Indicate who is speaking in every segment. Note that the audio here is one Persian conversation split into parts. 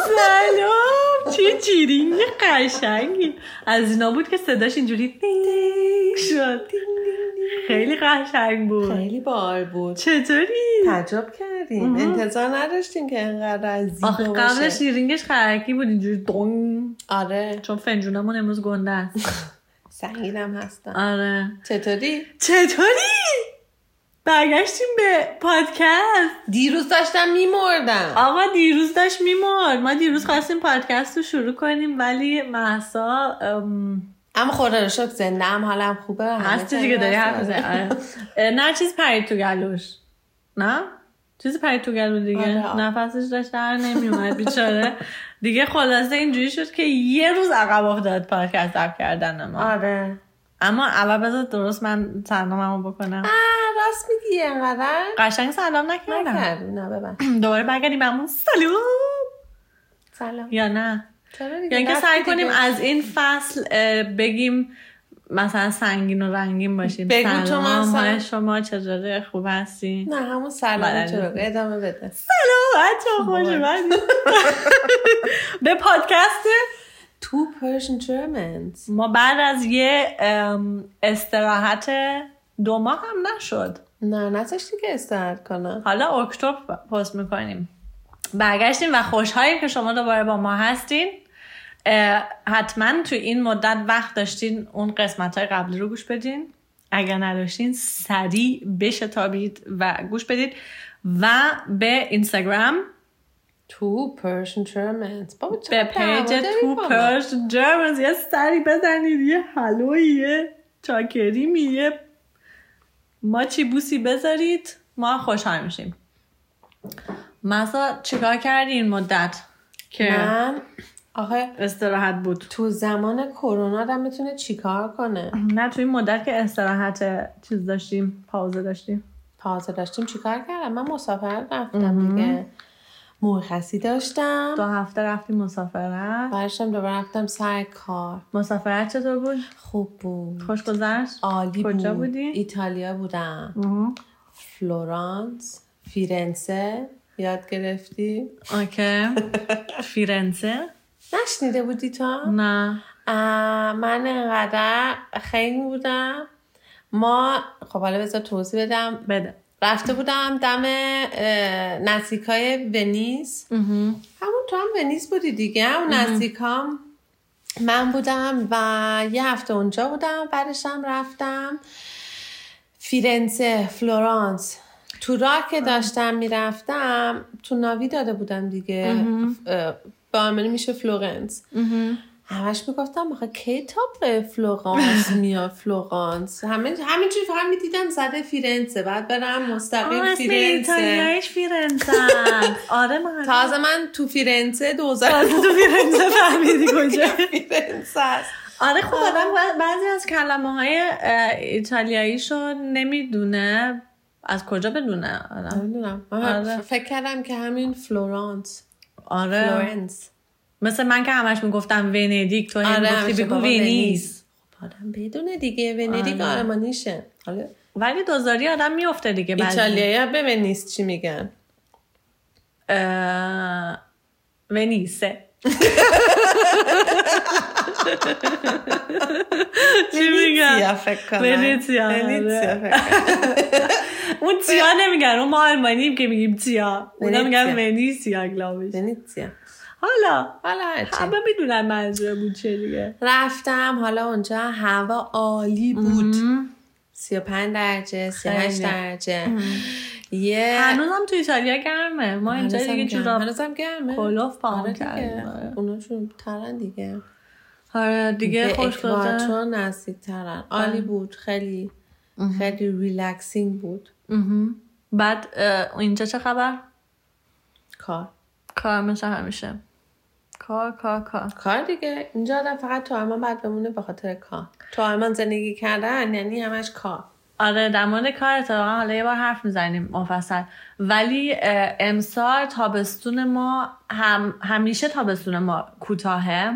Speaker 1: سلام چه جیرینگ قشنگی از اینا بود که صداش اینجوری دینگ شد خیلی قشنگ بود
Speaker 2: خیلی بال بود
Speaker 1: چطوری؟
Speaker 2: تعجب کردیم انتظار نداشتیم که انقدر از
Speaker 1: آخه قبلش شیرینگش خرکی بود اینجوری دون
Speaker 2: آره
Speaker 1: چون فنجونمون امروز گنده است
Speaker 2: سنگینم هستم
Speaker 1: آره
Speaker 2: چطوری
Speaker 1: چطوری؟ برگشتیم به پادکست
Speaker 2: دیروز داشتم میمردم
Speaker 1: آقا دیروز داشت میمرد ما دیروز خواستیم پادکست رو شروع کنیم ولی محسا ام،
Speaker 2: اما خدا رو شکر زنده ام حالم خوبه همه
Speaker 1: هستی دیگه
Speaker 2: چیز
Speaker 1: داری
Speaker 2: هست.
Speaker 1: حرف می‌زنی، آره. اه، نه چیز پرید تو گلوش نه چیزی پرید تو گلو دیگه
Speaker 2: آره.
Speaker 1: نفسش داشت در نمیومد بیچاره دیگه خلاصه اینجوری شد که یه روز عقب افتاد پادکست اپ کردن ما
Speaker 2: آره
Speaker 1: اما اول بذار درست من سلاممو بکنم
Speaker 2: آه، راست میگی انقدر
Speaker 1: قشنگ سلام نکردم
Speaker 2: نکردی نه ببن
Speaker 1: دوباره برگردیم به همون سلام
Speaker 2: سلام
Speaker 1: یا نه
Speaker 2: چرا دیگه
Speaker 1: یا اینکه
Speaker 2: رفتی
Speaker 1: یعنی سعی کنیم
Speaker 2: دیگه؟
Speaker 1: از این فصل اه، بگیم مثلا سنگین و رنگین باشیم
Speaker 2: بگو تو
Speaker 1: سلام،
Speaker 2: مثلا.
Speaker 1: حال شما چطوره خوب هستی
Speaker 2: نه همون سلام
Speaker 1: بلد
Speaker 2: تو رو ادامه بده
Speaker 1: سلام بچه خوش اومدید. به پادکست
Speaker 2: تو پرشن جرمنز
Speaker 1: ما بعد از یه ام، استراحت دو ماه هم نشد
Speaker 2: نه نذاشتی که استراحت کنم
Speaker 1: حالا اکتبر پست میکنیم برگشتیم و خوشحالیم که شما دوباره با ما هستین اه، حتما تو این مدت وقت داشتین اون قسمت های قبلی رو گوش بدین اگر نداشتین سریع بشتابید و گوش بدید و به اینستاگرام
Speaker 2: تو پرشن جرمنز بابا
Speaker 1: به
Speaker 2: چرا دعوا
Speaker 1: پیج
Speaker 2: داری
Speaker 1: تو
Speaker 2: با من؟
Speaker 1: پرش جرمنز یه سری بزنید یه حلوی یه چاکریمی یه ماچی بوسی بذارید ما خوشحال میشیم مثلا چیکار کردی این مدت که
Speaker 2: من آخه
Speaker 1: استراحت بود
Speaker 2: تو زمان کرونا آدم میتونه چیکار کنه
Speaker 1: نه تو این مدت که استراحت چیز داشتیم پاوزه داشتیم
Speaker 2: تازه داشتیم چیکار کردم من مسافرت رفتم دیگه مرخصی
Speaker 1: دو
Speaker 2: داشتم
Speaker 1: هفته رفتیم مسافرت
Speaker 2: برشم دوباره رفتم سر کار
Speaker 1: مسافرت چطور بود؟
Speaker 2: خوب بود
Speaker 1: خوش گذشت؟
Speaker 2: عالی
Speaker 1: کجا
Speaker 2: بود
Speaker 1: بودی؟
Speaker 2: ایتالیا بودم
Speaker 1: اوه.
Speaker 2: فلورانس فیرنسه یاد گرفتی
Speaker 1: اوکی فیرنسه؟
Speaker 2: نشنیده بودی تو
Speaker 1: نه
Speaker 2: آه، من انقدر خیلی بودم ما خب حالا بذار توضیح بدم
Speaker 1: بده
Speaker 2: رفته بودم دم اه، نزدیکای ونیز همون تو هم ونیز بودی دیگه اون نزدیکام من بودم و یه هفته اونجا بودم بعدش هم رفتم فیرنسه فلورانس تو راه که داشتم میرفتم تو ناوی داده بودم دیگه اه، به آلمانی میشه فلورنس همش میگفتم آخه کی تاپ فلورانس میاد فلورانس همه همینجوری فقط میدیدم زده فیرنسه بعد برم
Speaker 1: آه،
Speaker 2: مستقیم
Speaker 1: اسم
Speaker 2: فیرنسه
Speaker 1: آره، ایتالیاییش فیرنزه است. آره من
Speaker 2: تازه من تو فیرنسه دوزار
Speaker 1: تو فیرنزه فهمیدی کجا
Speaker 2: فیرنسه است
Speaker 1: آره خب آدم بعض- بعضی از کلمه های ایتالیاییشو نمیدونه از کجا بدونه آدم؟
Speaker 2: نمیدونم
Speaker 1: آره.
Speaker 2: من فکر کردم که همین فلورانس
Speaker 1: آره
Speaker 2: فلورنس
Speaker 1: مثل من که همش میگفتم ونیدیک تو هی
Speaker 2: همیشه
Speaker 1: میگفتی بگو
Speaker 2: بابا
Speaker 1: ونیز
Speaker 2: خب آدم بدونه دیگه
Speaker 1: آره.
Speaker 2: ونیدیک
Speaker 1: بله.
Speaker 2: آلمانیشه حالا
Speaker 1: ولی دوزاری آدم میفته دیگه بعضی.
Speaker 2: ایتالیایی به ونیز چی میگن
Speaker 1: اه، ونیسه چی میگن؟
Speaker 2: ونیزیا فکر کنم
Speaker 1: ونیزیا، آره.
Speaker 2: ونیزیا فکر کنم.
Speaker 1: اون تیا نمیگن اون ما آلمانیم که میگیم تیا اونا
Speaker 2: ونیزیا.
Speaker 1: میگن ونیسیا گلابش
Speaker 2: ونیزیا
Speaker 1: حالا
Speaker 2: حالا هرچی
Speaker 1: همه میدونن منظور بود چه دیگه
Speaker 2: رفتم حالا اونجا هوا عالی بود 35 درجه 38
Speaker 1: خیلی.
Speaker 2: درجه یه
Speaker 1: هنوزم تو ایتالیا گرمه ما اینجا
Speaker 2: هنوزم
Speaker 1: دیگه
Speaker 2: گرم.
Speaker 1: جوراب
Speaker 2: هنوزم گرمه
Speaker 1: کلوف پاهم
Speaker 2: آره دیگه.
Speaker 1: کردیم، آره.
Speaker 2: اونا چون ترن دیگه
Speaker 1: آره دیگه
Speaker 2: به
Speaker 1: خوش گذشت
Speaker 2: اکواتور نزدیک ترن عالی بود خیلی خیلی ریلکسینگ بود
Speaker 1: مهم. بعد اه، اینجا چه خبر
Speaker 2: کار
Speaker 1: کار مثل همیشه کار کار کار
Speaker 2: کار دیگه اینجا آدم فقط تو آلمان باید بمونه به خاطر کار تو آلمان زندگی کردن یعنی همش کار
Speaker 1: آره در مورد کار اتفاقا حالا یه بار حرف میزنیم مفصل ولی اه، امسال تابستون ما هم همیشه تابستون ما کوتاهه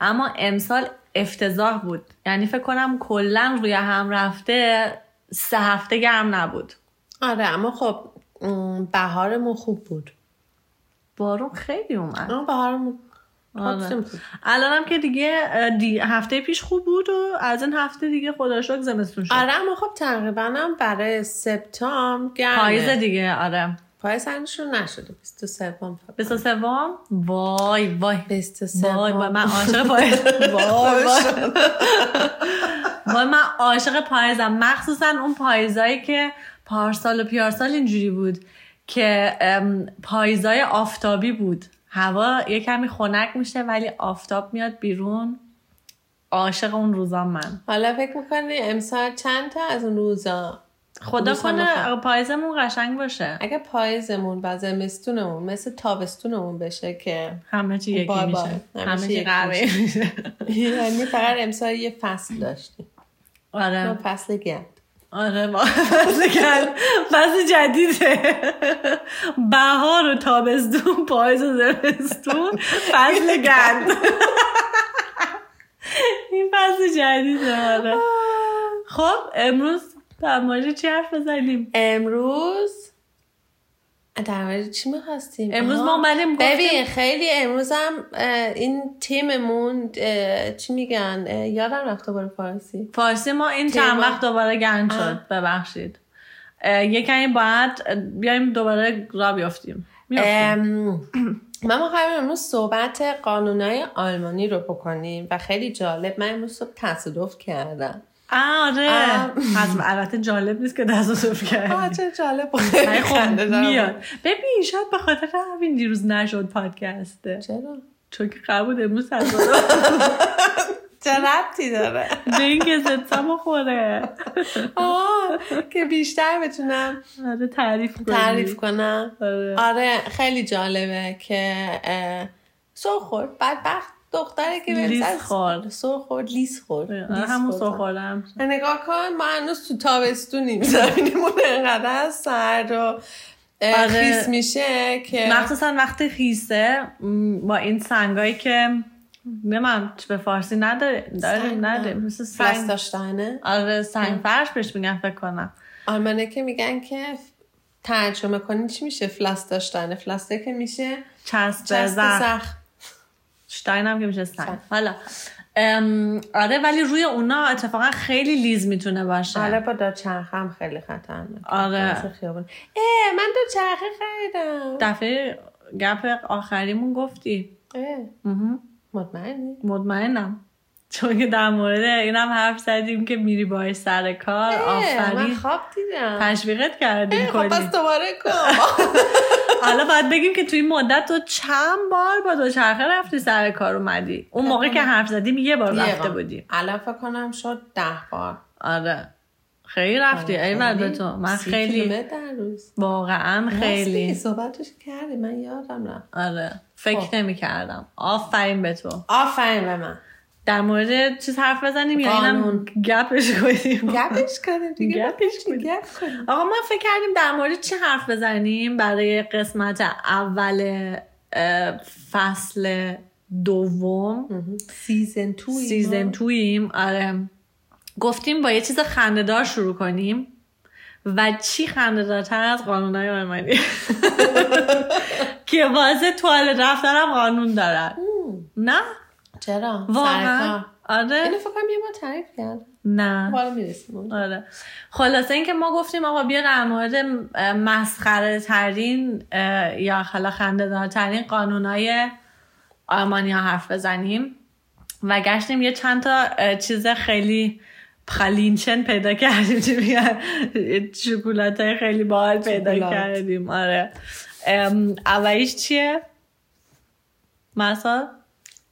Speaker 1: اما امسال افتضاح بود یعنی فکر کنم کلا روی هم رفته سه هفته گرم نبود
Speaker 2: آره اما خب م، بهارمون خوب بود
Speaker 1: بارون خیلی اومد
Speaker 2: آه، بهارم
Speaker 1: آره.
Speaker 2: پاکسیم بود.
Speaker 1: الانم که دیگه اه، دی... هفته پیش خوب بود و از این هفته دیگه خدا شکر زمستون شد
Speaker 2: آره اما خب تقریبا هم برای سپتامبر گرمه
Speaker 1: پاییز دیگه آره
Speaker 2: پاییز هنوز شروع نشده 23 فکر
Speaker 1: بیست و سوم وای وای
Speaker 2: 23
Speaker 1: وای وای من عاشق پاییز وای وای وای من عاشق پاییزم مخصوصا اون پاییزایی که پارسال و پیارسال اینجوری بود که ام، پاییزای آفتابی بود هوا یه کمی خنک میشه ولی آفتاب میاد بیرون عاشق اون روزام من
Speaker 2: حالا فکر میکنی امسال چند تا از اون روزا
Speaker 1: خدا
Speaker 2: دوستم
Speaker 1: کنه
Speaker 2: بخوام.
Speaker 1: پاییزمون قشنگ باشه
Speaker 2: اگه پاییزمون و زمستونمون مثل تابستونمون بشه که
Speaker 1: همه چی یکی
Speaker 2: بای بای.
Speaker 1: میشه
Speaker 2: همیشه
Speaker 1: خب، همه چی
Speaker 2: یکی
Speaker 1: قراره میشه
Speaker 2: یعنی فقط امسال یه فصل داشتیم ما
Speaker 1: آره
Speaker 2: فصل گرد
Speaker 1: آره ما فصل کرد فصل جدیده بهار و تابستون پاییز و زمستون فصل گند این فصل جدیده آره خب امروز در مورد چی حرف بزنیم
Speaker 2: امروز در مورد چی میخواستیم
Speaker 1: امروز ما اومدیم گفتیم-
Speaker 2: ببین خیلی امروز هم اه، این تیممون اه، چی میگن اه، یادم رفته بار فارسی
Speaker 1: فارسی ما این چند
Speaker 2: تیما.
Speaker 1: وقت دوباره گند
Speaker 2: آه.
Speaker 1: شد ببخشید اه، یه کمی باید اه، بیایم دوباره را بیافتیم بیافتیم.
Speaker 2: ام، ما میخوایم امروز صحبت قانونای آلمانی رو بکنیم و خیلی جالب من امروز صبح تصادف کردم
Speaker 1: آره
Speaker 2: ام.
Speaker 1: از البته جالب نیست که تصادف
Speaker 2: آه
Speaker 1: کردی
Speaker 2: چه جالب
Speaker 1: ولی خب
Speaker 2: خنده دارم.
Speaker 1: میاد ببین شاید به خاطر همین دیروز نشد پادکسته
Speaker 2: چرا
Speaker 1: چون که قبول امروز تصادف
Speaker 2: چه ربطی داره
Speaker 1: به این که زدسم خوره
Speaker 2: آه، که بیشتر بتونم
Speaker 1: آره تعریف کنی
Speaker 2: تعریف کنم
Speaker 1: آره.
Speaker 2: آره خیلی جالبه که اه، سر خورد بدبخت دختره که به
Speaker 1: لیس
Speaker 2: سر-
Speaker 1: خورد.
Speaker 2: سر خورد لیس خورد
Speaker 1: آره،
Speaker 2: لیس
Speaker 1: همون
Speaker 2: خورد. خب،
Speaker 1: سخورم
Speaker 2: نگاه کن ما هنوز تو تابستونیم زمینمون انقدر سرد و اه،
Speaker 1: آره.
Speaker 2: خیس میشه که
Speaker 1: مخصوصا وقتی خیسه م، با این سنگایی که نمیم به فارسی نداره داریم
Speaker 2: سنگ
Speaker 1: نداریم
Speaker 2: نه.
Speaker 1: مثل سنگ
Speaker 2: پلاستاشتاینه
Speaker 1: آره سنگ فرش بهش میگن فکر کنم
Speaker 2: آلمانه که میگن که ترجمه کنی چی میشه فلاس داشتنه فلاسته که میشه
Speaker 1: چسب
Speaker 2: چسب
Speaker 1: زخم
Speaker 2: زخم
Speaker 1: شتاین هم که میشه سنگ
Speaker 2: سنگ.
Speaker 1: حالا ام، آره ولی روی اونا اتفاقا خیلی لیز میتونه باشه
Speaker 2: آره با دوچرخم خیلی خطرناکه
Speaker 1: آره.
Speaker 2: واسه خیابون اه من دوچرخه خریدم
Speaker 1: دفعه گپ آخریمون گفتی
Speaker 2: اه،
Speaker 1: مهم.
Speaker 2: مطمئنی
Speaker 1: مطمئنم چون که در مورد اینم حرف زدیم که میری باهاش سر کار
Speaker 2: اه، من
Speaker 1: آره، آفرین
Speaker 2: خواب دیدم
Speaker 1: تشویقت کردیم
Speaker 2: اه، خب
Speaker 1: کلی
Speaker 2: پس دوباره کن
Speaker 1: حالا باید بگیم که توی این مدت تو چند بار با دوچرخه رفتی سر کار اومدی اون موقع که حرف زدیم یه بار
Speaker 2: یه
Speaker 1: رفته
Speaker 2: بار.
Speaker 1: بودیم
Speaker 2: الان فکر کنم شد ده بار یعنی
Speaker 1: آره خیلی رفتی ای به تو من
Speaker 2: آره، سی
Speaker 1: خیلی
Speaker 2: کیلومتر در روز
Speaker 1: واقعا
Speaker 2: راستی،
Speaker 1: خیلی
Speaker 2: صحبتش کردی من یادم رفت
Speaker 1: آره فکر
Speaker 2: خب.
Speaker 1: نمی کردم آفرین به تو
Speaker 2: آفرین به من
Speaker 1: در مورد چیز حرف بزنیم یا اینم
Speaker 2: قانون.
Speaker 1: گپش کنیم
Speaker 2: گپش کنیم دیگه
Speaker 1: گپش کنیم.
Speaker 2: گپ کنیم
Speaker 1: آقا ما فکر کردیم در مورد چه حرف بزنیم برای قسمت اول اه، فصل دوم
Speaker 2: سیزن تو
Speaker 1: سیزن تویم آره گفتیم با یه چیز خندهدار شروع کنیم و چی خندهدارتر از قانون های آلمانی که واسه توال رفتنم قانون دارن نه
Speaker 2: چرا
Speaker 1: واقعا
Speaker 2: سرکار.
Speaker 1: آره
Speaker 2: اینو فکر کنم یه ما تعریف کرد
Speaker 1: نه
Speaker 2: بالا میرسیم
Speaker 1: آره خلاصه اینکه ما گفتیم آقا بیا در مورد اه، مسخره ترین اه، یا حالا خنده ترین قانون های آلمانیا حرف بزنیم و گشتیم یه چند تا اه، چیز خیلی پخلینچن پیدا کردیم چی میگن شکلات خیلی باحال پیدا
Speaker 2: شکلات.
Speaker 1: کردیم آره ام، اولیش چیه مثلا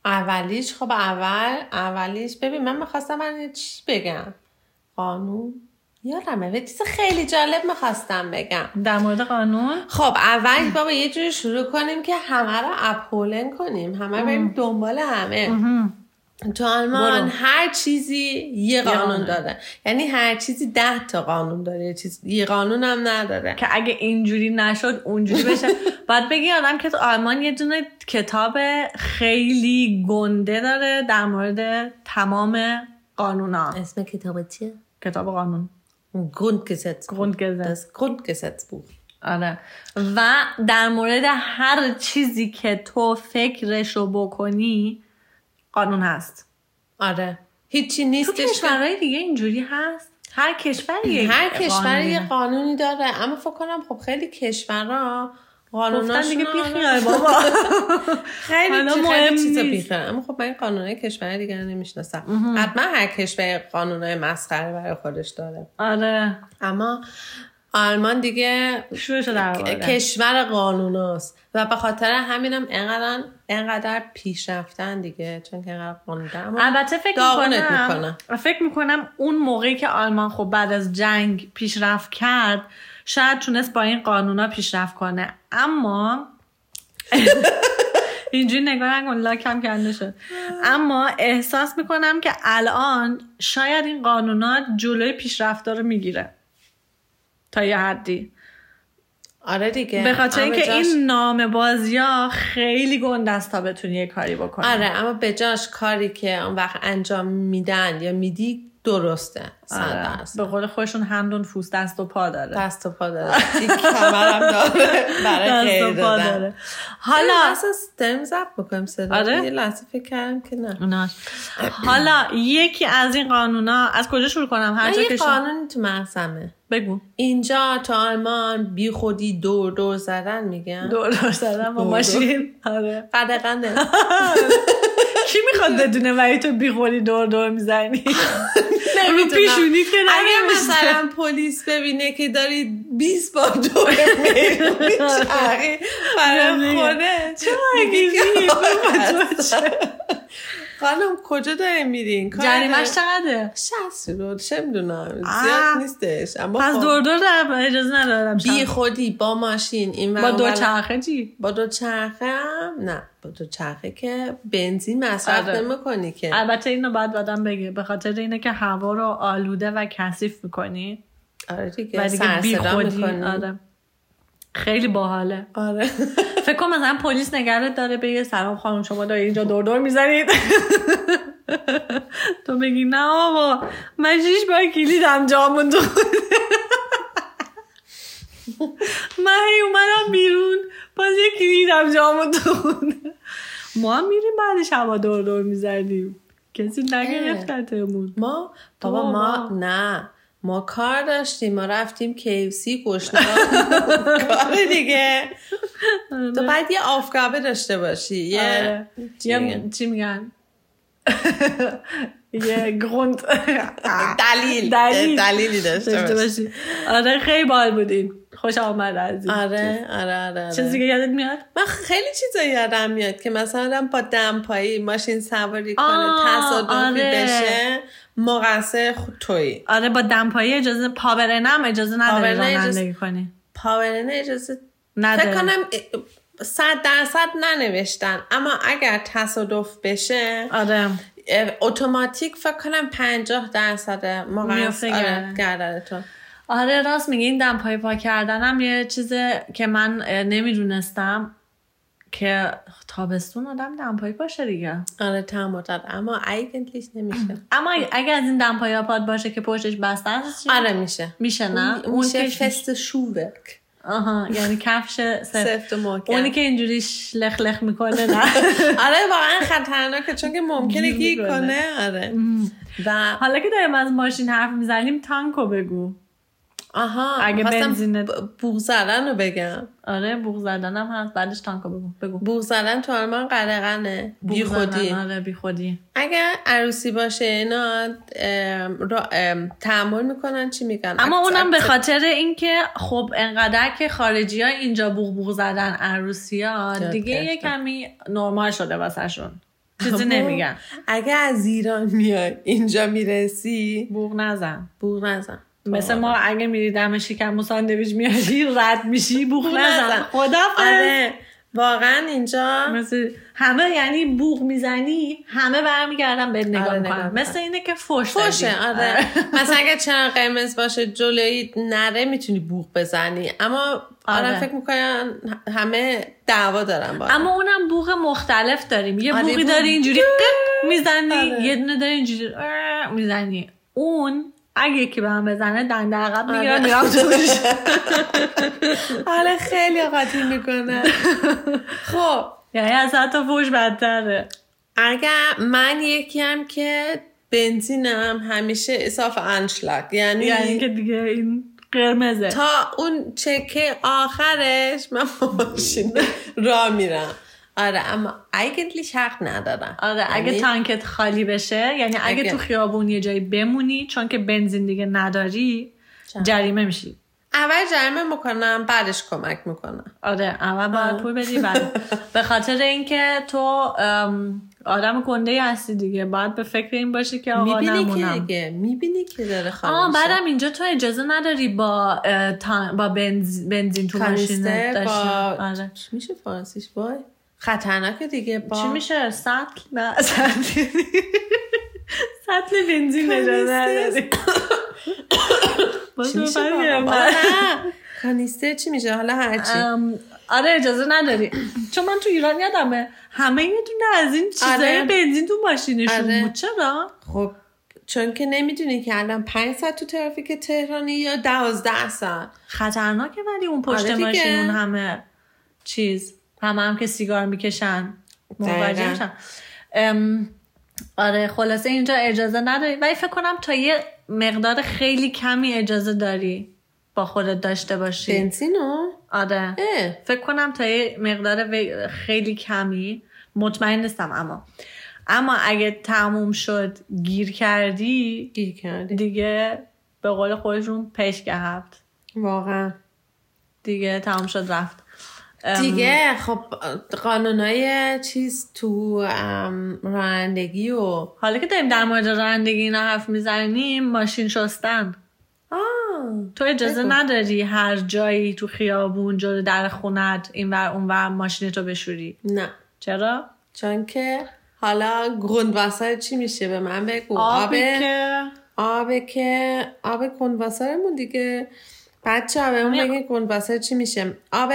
Speaker 2: اولیش خب اول اولیش ببین من میخواستم من چی بگم قانون یادمه یه چیز خیلی جالب میخواستم بگم
Speaker 1: در مورد قانون
Speaker 2: خب اول بابا یه جوری شروع کنیم که همه رو اپولن کنیم همه بریم دنبال همه تو آلمان
Speaker 1: برو.
Speaker 2: هر چیزی یه
Speaker 1: قانون.
Speaker 2: قانون داره یعنی هر چیزی ده تا قانون داره یه, چیز... یه قانون هم نداره
Speaker 1: که اگه اینجوری نشد اونجوری بشه باید بگی آدم که تو آلمان یه دونه کتاب خیلی گنده داره در مورد تمام قانونا
Speaker 2: اسم کتاب چیه؟
Speaker 1: کتاب قانون
Speaker 2: Grundgesetzbuch
Speaker 1: Grundgesetz.
Speaker 2: Das Grundgesetzbuch
Speaker 1: آره و در مورد هر چیزی که تو فکرشو بکنی قانون هست
Speaker 2: آره هیچی
Speaker 1: تو
Speaker 2: نیستش که-
Speaker 1: کشورهای دیگه اینجوری هست هر کشور یه
Speaker 2: هر
Speaker 1: قانونی
Speaker 2: کشور یه
Speaker 1: داره.
Speaker 2: قانونی داره اما فکر کنم خب خیلی کشورها
Speaker 1: گفتن
Speaker 2: قانوناش آره.
Speaker 1: دیگه بیخیال بابا حالا
Speaker 2: خیلی چیز-
Speaker 1: مهم
Speaker 2: خیلی چیزا
Speaker 1: نیست.
Speaker 2: بیخیال اما خب من این قانونهای کشور دیگه رو نمیشناسم حتما هر کشور قانونهای مسخره برای خودش داره
Speaker 1: آره
Speaker 2: اما آلمان دیگه
Speaker 1: شروعشو در آورده.
Speaker 2: کشور قانوناست و به خاطر همینم انقدر انقدر پیشرفتن دیگه چون که انقدر قانون داره. اما
Speaker 1: البته فکر
Speaker 2: داغونت
Speaker 1: میکنم
Speaker 2: می‌کنه.
Speaker 1: فکر میکنم اون موقعی که آلمان خب بعد از جنگ پیشرفت کرد شاید تونست با این قانونا پیشرفت کنه اما اینجوری نگاه نکن لاکم کنده شد اما احساس میکنم که الان شاید این قانونا جلوی پیشرفتا رو میگیره تا یه حدی
Speaker 2: آره دیگه
Speaker 1: به خاطر
Speaker 2: اما
Speaker 1: اینکه
Speaker 2: جاش-
Speaker 1: این نام بازی ها خیلی گند است تا بتونی یه کاری بکنی
Speaker 2: آره اما به جاش کاری که اون وقت انجام میدن یا میدی درسته صد
Speaker 1: آره.
Speaker 2: درصد.
Speaker 1: به قول خودشون هندون فوست دست و پا داره
Speaker 2: دست و پا داره این کمرم داره برای
Speaker 1: آره. دست
Speaker 2: غیر
Speaker 1: و پا
Speaker 2: دادن
Speaker 1: داره
Speaker 2: حالا
Speaker 1: حالا
Speaker 2: داریم زب بکنیم صدا
Speaker 1: آره.
Speaker 2: یه لحظه فکر کردم که نه
Speaker 1: حالا یکی از این قانونا از کجا شروع کنم هر
Speaker 2: من
Speaker 1: جا
Speaker 2: یه
Speaker 1: که شما-
Speaker 2: قانون تو مغزمه
Speaker 1: بگو
Speaker 2: اینجا تو آلمان بی خودی دور دور زدن میگن
Speaker 1: دور دور زدم با
Speaker 2: دور.
Speaker 1: ماشین آره
Speaker 2: قدقنده
Speaker 1: کی میخواد بدونه ولی تو بیخوری دور دور میزنی رو پیشونی که
Speaker 2: اگه
Speaker 1: نمیشه
Speaker 2: مثلا پلیس ببینه که داری 20 بار دور
Speaker 1: آره.
Speaker 2: می‌ری، چرخی برای خودت
Speaker 1: انگیزی؟
Speaker 2: خانم کجا داریم میرین
Speaker 1: جریمش چقدره
Speaker 2: 60 یورو چه میدونم
Speaker 1: آه.
Speaker 2: زیاد نیستش اما
Speaker 1: پس
Speaker 2: خب،
Speaker 1: دور دور در- اجازه ندارم
Speaker 2: بی خودی با ماشین این ور
Speaker 1: با
Speaker 2: اون
Speaker 1: دو
Speaker 2: ور.
Speaker 1: چرخه چی
Speaker 2: با دو چرخه هم نه با دو چرخه که بنزین مصرف
Speaker 1: آره.
Speaker 2: نمیکنی که
Speaker 1: البته اینو باید آدم بگه به خاطر اینه که هوا رو آلوده و کثیف میکنی
Speaker 2: آره دیگه
Speaker 1: و دیگه بی
Speaker 2: سرصدا
Speaker 1: خودی
Speaker 2: میکنی
Speaker 1: آره. خیلی باحاله
Speaker 2: آره
Speaker 1: فکر کنم مثلا پلیس نگرانت داره بگه سلام خانم شما داری اینجا دور دور میزنید تو بگی نه آقا من شیش بار کلیدم جامون تو من هی اومدم بیرون باز یه کلیدم جامون تو خونه. ما هم میریم بعد شبا دور دور میزنیم کسی نگرفتتمون
Speaker 2: ما
Speaker 1: بابا،
Speaker 2: بابا ما
Speaker 1: ما.
Speaker 2: نه ما کار داشتیم ما رفتیم KFC گشنگان کار دیگه تو باید یه آفکابه داشته باشی یه
Speaker 1: آره. یه چی میگن یه گروند
Speaker 2: Ah, دلیل
Speaker 1: دلیل.
Speaker 2: دلیلی
Speaker 1: داشته
Speaker 2: داشته باشی
Speaker 1: باشی آره خیلی بال بودین خوش آمد از این
Speaker 2: آره آره آره, آره.
Speaker 1: چیزی که یادت میاد
Speaker 2: من خیلی چیزا یادم میاد که مثلا آدم با دمپایی ماشین سواری کنه
Speaker 1: آه،
Speaker 2: تصادفی
Speaker 1: آره.
Speaker 2: بشه مقصر خود تویی
Speaker 1: آره با دمپایی اجازه پاورنه هم اجازه نداری
Speaker 2: پاورنه اجازه-
Speaker 1: رانندگی کنی
Speaker 2: پاورنه اجازه فکر
Speaker 1: نداری
Speaker 2: کنم صد درصد ننوشتن اما اگر تصادف بشه
Speaker 1: آره
Speaker 2: اه، اتوماتیک فکر کنم پنجاه درصد مقصر
Speaker 1: میفته
Speaker 2: آره،
Speaker 1: گردن.
Speaker 2: گردنتون
Speaker 1: آره راست میگی این دمپایی پا کردنم یه چیز که من اه، نمیدونستم که تابستون آدم دمپایی پاشه دیگه
Speaker 2: آره تمام داد اما ایگنتلیش نمیشه
Speaker 1: اما اگه از این دمپایی ها پاد باشه که پشتش بسته است چی؟
Speaker 2: آره میشه
Speaker 1: میشه نه
Speaker 2: اون میشه
Speaker 1: که-
Speaker 2: فست شوورک
Speaker 1: آها یعنی کفش سفت
Speaker 2: سفت و محکم.
Speaker 1: اونی که اینجوری شلخ لخ میکنه نه
Speaker 2: آره واقعا خطرناکه چون که ممکنه
Speaker 1: گیر
Speaker 2: گیر
Speaker 1: می‌کنه.
Speaker 2: کنه آره و
Speaker 1: حالا که داریم از ماشین حرف میزنیم تانکو بگو
Speaker 2: آها
Speaker 1: اگه
Speaker 2: خواستم
Speaker 1: بنزینت-
Speaker 2: ب- بوق زدن رو بگم
Speaker 1: آره بوغ زدنم هست بعدش تانکو بگو بگو
Speaker 2: بوق زدن تو آلمان قدغنه بی
Speaker 1: بوق زدن،
Speaker 2: خودی
Speaker 1: آره بی خودی
Speaker 2: اگر عروسی باشه اینا ام، را ام، تحمل میکنن چی میگن
Speaker 1: اما
Speaker 2: اکس-
Speaker 1: اونم به
Speaker 2: اکس-
Speaker 1: خاطر اینکه خب انقدر که خارجی ها اینجا بوغ بوغ زدن عروسی ها دیگه
Speaker 2: جد
Speaker 1: یه
Speaker 2: گرفتم.
Speaker 1: کمی نرمال شده واسه شون چیزی
Speaker 2: اما
Speaker 1: نمیگن
Speaker 2: اگر از ایران میای اینجا میرسی
Speaker 1: بوغ نزن
Speaker 2: بوق نزن
Speaker 1: مثل ما اگه میری دم شکم و ساندویچ میاری رد میشی بوغ
Speaker 2: بوق
Speaker 1: نزن
Speaker 2: نزن.
Speaker 1: خدا
Speaker 2: آره واقعا اینجا
Speaker 1: مثل همه یعنی بوغ میزنی همه برمیگردن بهت نگاه
Speaker 2: آره،
Speaker 1: میکنن
Speaker 2: نگاه می‌کنن.
Speaker 1: مثل اینه که فوش دادی.
Speaker 2: خوشه آره مثلا اگر چرا قرمز باشه جلوی نره میتونی بوق بزنی اما آره,
Speaker 1: آره.
Speaker 2: فکر میکنن همه دعوا دارن با هم.
Speaker 1: اما اونم بوغ مختلف داریم یه
Speaker 2: آره،
Speaker 1: بوغی
Speaker 2: بوغ.
Speaker 1: داری اینجوری قپ میزنی
Speaker 2: آره.
Speaker 1: یه دونه داری اینجوری اه میزنی اون اگه یکی به هم بزنه دنده عقب میگیرم میرم توش
Speaker 2: آره خیلی قاطی میکنه خب
Speaker 1: یعنی از حتی فوش بدتره
Speaker 2: اگر من یکیم که بنزینم همیشه اصاف انشلاک یعنی,
Speaker 1: یعنی که دیگه این قرمزه
Speaker 2: تا اون چکه آخرش من با ماشین را میرم آره اما اگه لیش حق ندارم
Speaker 1: آره اگه
Speaker 2: یعنی-
Speaker 1: تانکت خالی بشه یعنی اگه,
Speaker 2: اگه-
Speaker 1: تو خیابون یه جایی بمونی چون که بنزین دیگه نداری
Speaker 2: چند.
Speaker 1: جریمه میشی
Speaker 2: اول جریمه میکنم بعدش کمک میکنم
Speaker 1: آره اول باید پول بدی بعد به خاطر اینکه تو ام، آدم گنده هستی دیگه باید به فکر این باشی که آقا
Speaker 2: میبینی که
Speaker 1: نمونم
Speaker 2: دیگه میبینی که داره خالی
Speaker 1: آه
Speaker 2: میشه.
Speaker 1: بعدم اینجا تو اجازه نداری با اه، تان- با بنز- بنزین تو ماشین
Speaker 2: کانیستر
Speaker 1: داشته
Speaker 2: با
Speaker 1: آره.
Speaker 2: چی میشه فارسیش وای خطرناک دیگه با
Speaker 1: چی میشه سطل نه سطل سطل بنزین اجازه نداری باز
Speaker 2: چی میشه
Speaker 1: دوباره
Speaker 2: بابا؟
Speaker 1: میرم.
Speaker 2: نه. کانیستر چی میشه حالا هرچی
Speaker 1: ام، آره اجازه نداری چون من تو ایران یادمه همه یه دونه از این چیزای
Speaker 2: آره.
Speaker 1: بنزین تو ماشینشون
Speaker 2: آره.
Speaker 1: بود چرا
Speaker 2: خب چون که نمیدونی که الان پنج ساعت تو ترافیک تهرانی یا دوازده ساعت
Speaker 1: خطرناکه ولی اون پشت
Speaker 2: آره دیگه.
Speaker 1: ماشین اون همه چیز همه هم که سیگار میکشن مواجه
Speaker 2: دقیقاً.
Speaker 1: میشن ام، آره خلاصه اینجا اجازه نداری ولی فکر کنم تا یه مقدار خیلی کمی اجازه داری با خودت داشته باشی
Speaker 2: بنزینو
Speaker 1: آره
Speaker 2: اه.
Speaker 1: فکر کنم تا یه مقدار وی- خیلی کمی مطمئن نیستم اما اما اگه تموم شد گیر کردی
Speaker 2: گیر کردی
Speaker 1: دیگه به قول خودشون پیش گهبت
Speaker 2: واقعا
Speaker 1: دیگه تموم شد رفت ام،
Speaker 2: دیگه خب قانونای چیز تو ام، رانندگی و
Speaker 1: حالا که داریم در مورد رانندگی اینا حرف میزنیم ماشین شستن
Speaker 2: آه.
Speaker 1: تو اجازه
Speaker 2: بگو.
Speaker 1: نداری هر جایی تو خیابون جلو در خونت اینور اونور ماشین تو بشوری
Speaker 2: نه
Speaker 1: چرا
Speaker 2: چون که حالا گندوسار چی میشه به من بگو آب
Speaker 1: آبی که
Speaker 2: آب که آب گندوسارمون دیگه بچه ها بهمون بگین گندوسار چی میشه آب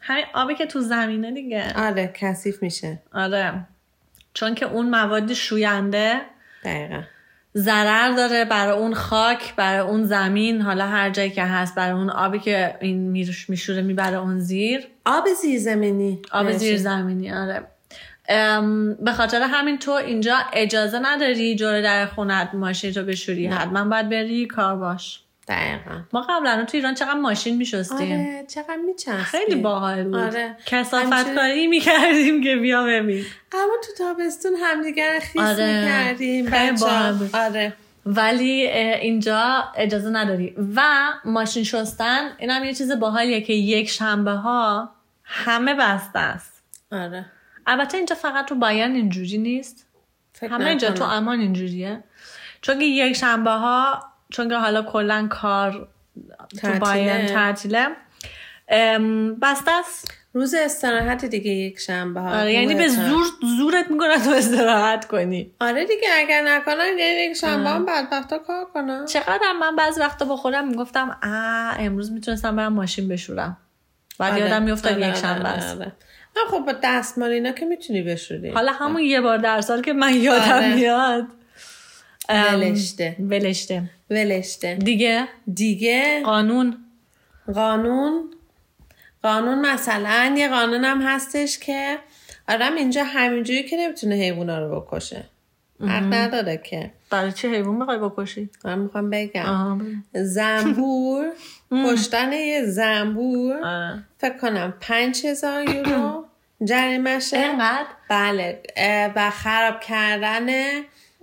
Speaker 1: همین آبی که تو زمینه دیگه
Speaker 2: آره کثیف میشه
Speaker 1: آره چون که اون مواد شوینده
Speaker 2: دقیقا
Speaker 1: ضرر داره برای اون خاک برای اون زمین حالا هر جایی که هست برای اون آبی که این میرش- میشوره میبره اون زیر
Speaker 2: آب زیرزمینی
Speaker 1: آب
Speaker 2: نوشته.
Speaker 1: زیرزمینی آره ام، به خاطر همین تو اینجا اجازه نداری جلو در خونت ماشین تو بشوری حتما باید بری کار باش
Speaker 2: دقیقا
Speaker 1: ما قبلا تو ایران چقدر ماشین میشستیم
Speaker 2: آره چقدر میچسبی
Speaker 1: خیلی باحال بود
Speaker 2: آره.
Speaker 1: کسافت
Speaker 2: همیشه-
Speaker 1: کاری میکردیم که بیا ببین
Speaker 2: اما تو تابستون همدیگر خیس
Speaker 1: آره.
Speaker 2: میکردیم
Speaker 1: خیلی
Speaker 2: بچه
Speaker 1: باحال بود.
Speaker 2: آره
Speaker 1: ولی اه، اینجا اجازه نداری و ماشین شستن این هم یه چیز باحالیه که یک شنبه ها همه بسته است
Speaker 2: آره
Speaker 1: البته اینجا فقط تو بایان اینجوری نیست
Speaker 2: فکر
Speaker 1: همه جا
Speaker 2: نکنم.
Speaker 1: تو امان اینجوریه چون که یک شنبه ها چون که حالا کلا کار تو
Speaker 2: تعطیله.
Speaker 1: بایان تعطیله ام، بسته است
Speaker 2: روز استراحت دیگه یک شنبه ها
Speaker 1: آره، یعنی به
Speaker 2: مهم‌تر.
Speaker 1: زور زورت میکنه تو استراحت کنی
Speaker 2: آره دیگه اگر نکنن یه یک شنبه هم بدبختا کار کنن
Speaker 1: چقدر من بعضی وقتا با خودم میگفتم اه امروز میتونستم برم ماشین بشورم
Speaker 2: آره.
Speaker 1: بعد یادم میافتاد یک شنبه است
Speaker 2: نه آره، خب با دستمال اینا که میتونی بشوری
Speaker 1: حالا همون یه بار در سال که من یادم
Speaker 2: آره.
Speaker 1: میاد ام،
Speaker 2: ولشته.
Speaker 1: ولشته
Speaker 2: ولشته
Speaker 1: دیگه
Speaker 2: دیگه
Speaker 1: قانون
Speaker 2: قانون قانون مثلا یه قانون هم هستش که آدم اینجا همینجوری که نمیتونه حیوونا رو بکشه حق نداره که
Speaker 1: برای چه حیوان میخوای بکشی
Speaker 2: من میخوام بگم
Speaker 1: آها.
Speaker 2: زنبور کشتن یه زنبور
Speaker 1: آره.
Speaker 2: فکر کنم پنج هزار یورو جریمشه
Speaker 1: اینقدر
Speaker 2: بله اه، و خراب کردن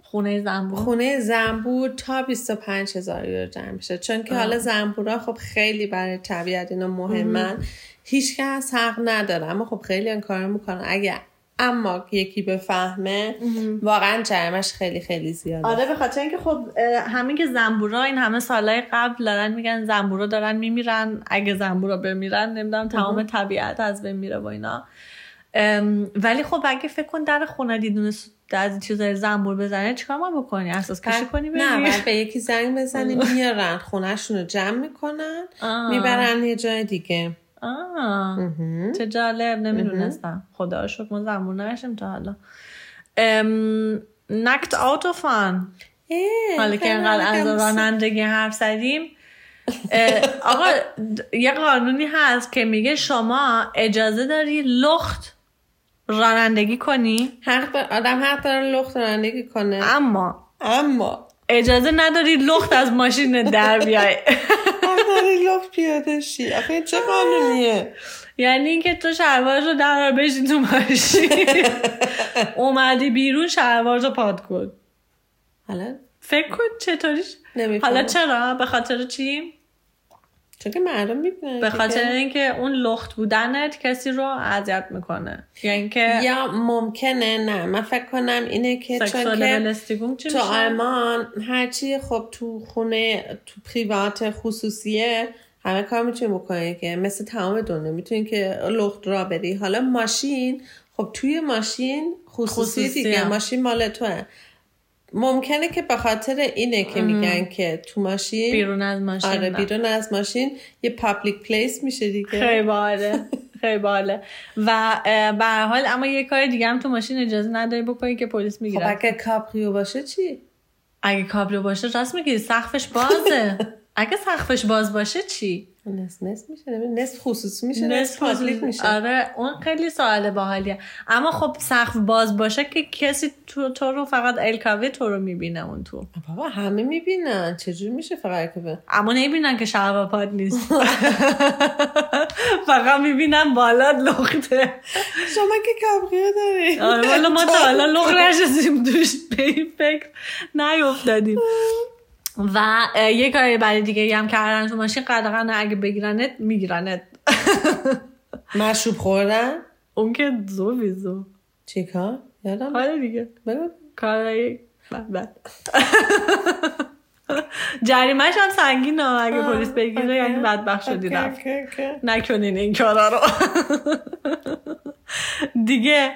Speaker 1: خونه زنبور
Speaker 2: خونه زنبور تا 25 هزار یورو جمع میشه چون که حالا زنبورا خب خیلی برای طبیعت اینا مهمن هیچ کس حق نداره اما خب خیلی این کارو میکنن اگه اما یکی بفهمه واقعا جرمش خیلی خیلی زیاده
Speaker 1: آره به خاطر اینکه خب اه، همین که زنبورا این همه سالهای قبل دارن میگن زنبورا دارن میمیرن اگه زنبورا بمیرن نمیدونم تمام طبیعت از بین میره و اینا ام، ولی خب اگه فکر کن در خونه دیدونه س- از این چیزای زنبور بزنه چیکار ما بکنی اساس کشی
Speaker 2: بعد-
Speaker 1: کنی
Speaker 2: بله. نه
Speaker 1: بری
Speaker 2: بعد به یکی زنگ بزنی میارن خونهشون رو جمع میکنن
Speaker 1: آه.
Speaker 2: میبرن یه جای دیگه
Speaker 1: آه، چه جالب نمیدونستم خدا رو شکر ما زنبور نشیم تا حالا نکت آوت حالا که اینقدر از رانندگی حرف زدیم اه، آقا د- یه قانونی هست که میگه شما اجازه داری لخت رانندگی کنی
Speaker 2: حق دار- آدم حق داره لخت رانندگی کنه
Speaker 1: اما
Speaker 2: اما
Speaker 1: اجازه نداری لخت از ماشین در بیای
Speaker 2: حق داره لخت پیاده شی آخه این چه قانونیه
Speaker 1: یعنی اینکه تو شلوارش رو در بشین تو ماشین اومدی بیرون شلوارت رو پاد کن
Speaker 2: حالا
Speaker 1: فکر کن چطوریش
Speaker 2: نمی‌فهمم.
Speaker 1: حالا چرا به خاطر چی
Speaker 2: چون که مردم میبینن
Speaker 1: به خاطر اینکه اون لخت بودنت کسی رو اذیت میکنه یا اینکه
Speaker 2: یا ممکنه نه من فکر کنم اینه که یعنی چون
Speaker 1: سکسوال
Speaker 2: که
Speaker 1: بلستیگون چی
Speaker 2: تو
Speaker 1: میشه
Speaker 2: آلمان هرچی خب تو خونه تو پریوات خصوصیه همه کار میتونی بکنی که مثل تمام دنیا میتونی که لخت را بری حالا ماشین خب توی ماشین خصوصی,
Speaker 1: خصوصیه.
Speaker 2: دیگه ماشین مال توه ممکنه که به خاطر اینه که میگن که تو ماشین
Speaker 1: بیرون از ماشین
Speaker 2: آره
Speaker 1: نه.
Speaker 2: بیرون از ماشین یه پابلیک پلیس میشه دیگه
Speaker 1: خیلی باحاله خیلی باحاله و اه، به هر حال اما یه کار دیگه هم تو ماشین اجازه نداری بکنی که پلیس
Speaker 2: خب
Speaker 1: میگیره
Speaker 2: اگه کابریو باشه چی
Speaker 1: اگه کابریو باشه راست میگی سقفش بازه اگه سقفش باز باشه چی
Speaker 2: نصف نصف میشه نمی‌دونم. نصف خصوصی میشه نصف
Speaker 1: نصف
Speaker 2: پابلیک میشه
Speaker 1: آره اون خیلی سوال باحالیه اما خب سقف باز باشه که کسی تو, تو رو فقط الکاوی تو رو میبینه اون تو
Speaker 2: خب بابا همه میبینن چجوری میشه فقط که به
Speaker 1: اما نمیبینن که شهر پاد نیست فقط میبینن بالا لخته
Speaker 2: شما که کابریو داری
Speaker 1: آره والا ما تا حالا لغ نشستیم دوش به این فکر نیفتادیم و اه، یه کار برای دیگه هم کردن تو ماشین قدقن اگه بگیرنت میگیرنت
Speaker 2: مشروب خوردن
Speaker 1: اون که زو بیزو
Speaker 2: چیکار یادم
Speaker 1: آره دیگه
Speaker 2: بگو
Speaker 1: کارهای بد جریمهش هم سنگین ها اگه پلیس بگیره یعنی بدبخت شدی
Speaker 2: آره. اوکی،
Speaker 1: رفت
Speaker 2: اوکی، اوکی.
Speaker 1: نکنین این کارا رو دیگه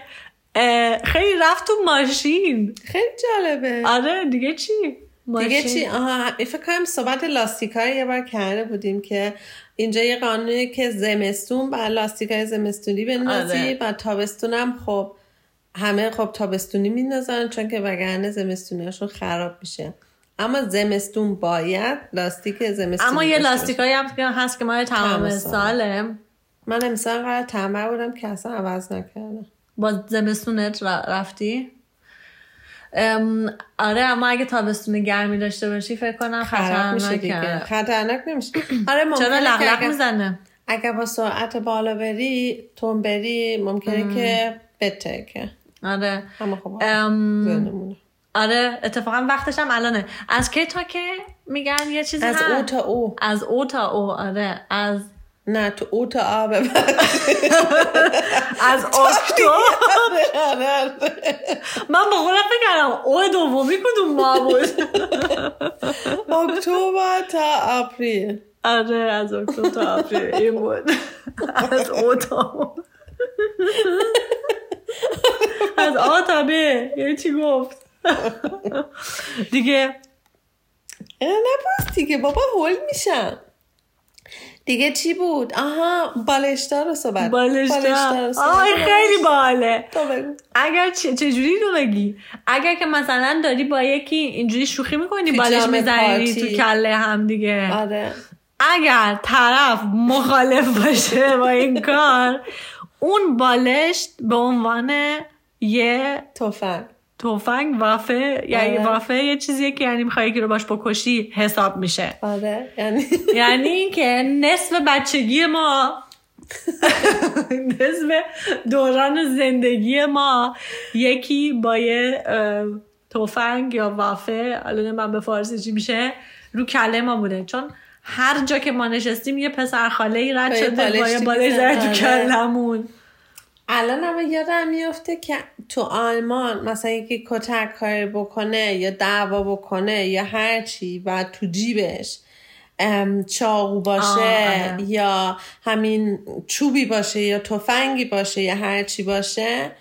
Speaker 1: اه، خیلی رفت تو ماشین
Speaker 2: خیلی جالبه
Speaker 1: آره دیگه چی
Speaker 2: دیگه
Speaker 1: ماشین.
Speaker 2: چی آها این فکر کنم صحبت لاستیکا رو یه بار کرده بودیم که اینجا یه قانونی که زمستون بر لاستیکای زمستونی بندازی
Speaker 1: آره.
Speaker 2: و تابستون هم خب همه خب تابستونی میندازن چون که وگرنه زمستونیاشون خراب میشه اما زمستون باید لاستیک زمستونی
Speaker 1: اما یه
Speaker 2: داشته
Speaker 1: لاستیکایی هم که هست که ما
Speaker 2: تمام
Speaker 1: تمام
Speaker 2: سال.
Speaker 1: ساله
Speaker 2: باشه. من امسال قرار تمر بودم که اصلا عوض نکردم
Speaker 1: با زمستونت ر- رفتی ام، آره اما اگه تابستون گرمی داشته باشی فکر کنم
Speaker 2: خراب میشه دیگه
Speaker 1: خطرناکه
Speaker 2: خطرناک نمیشه آره ممکنه
Speaker 1: چرا
Speaker 2: که
Speaker 1: لغلق
Speaker 2: اگر-
Speaker 1: میزنه
Speaker 2: اگر با سرعت بالا بری تون بری ممکنه که بترکه
Speaker 1: آره
Speaker 2: اما خب
Speaker 1: ام،
Speaker 2: زندمونه.
Speaker 1: آره اتفاقا وقتش هم الانه از کی تا که میگن یه چیزی
Speaker 2: از
Speaker 1: هست.
Speaker 2: او تا او
Speaker 1: از او تا او آره از
Speaker 2: نه تو او تا آ به بعد.
Speaker 1: از اکتبر
Speaker 2: آره، آره.
Speaker 1: من با خودم فکر کردم او دومی کدوم ما بود
Speaker 2: اکتبر تا آپریل
Speaker 1: آره از اکتبر تا آپریل این بود از او تا او. از آ تا ب یعنی چی گفت دیگه
Speaker 2: اه، نباز دیگه بابا هول میشم دیگه چی بود آها بالشتا رو صحبت بالشتا
Speaker 1: بالشتا
Speaker 2: رو صحبت
Speaker 1: آه این خیلی باله
Speaker 2: تو بگو.
Speaker 1: اگر چه- چجوری رو بگی اگر که مثلا داری با یکی اینجوری شوخی میکنی بالش
Speaker 2: پیجامه
Speaker 1: میزنی
Speaker 2: پارتی.
Speaker 1: تو کله هم دیگه
Speaker 2: آره
Speaker 1: اگر طرف مخالف باشه با این کار اون بالشت به عنوان یه
Speaker 2: تفنگ
Speaker 1: تفنگ وافه یعنی
Speaker 2: آره.
Speaker 1: وافه یه چیزیه که یعنی میخوای یکی رو باش بکشی حساب میشه
Speaker 2: آره یعنی
Speaker 1: یعنی اینکه نصف بچگی ما نصف دوران زندگی ما یکی با یه اه، تفنگ یا وافه الان من به فارسی چی میشه رو کله ما بوده چون هر جا که ما نشستیم یه پسر خاله ای رد
Speaker 2: با یه
Speaker 1: شده با یه
Speaker 2: بالشتی
Speaker 1: بالای زد تو
Speaker 2: می‌زنه.
Speaker 1: کلمون
Speaker 2: الان هم یادم میفته که تو آلمان مثلا یکی کتک کاری بکنه یا دعوا بکنه یا هرچی و تو جیبش ام، چاقو باشه
Speaker 1: آه، آره.
Speaker 2: یا همین چوبی باشه یا تفنگی باشه یا هرچی باشه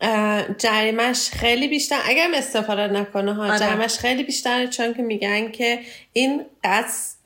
Speaker 2: اه، جریمش خیلی بیشتر اگرم استفاده نکنه ها
Speaker 1: آره.
Speaker 2: جریمش خیلی بیشتره چون که میگن که این قصد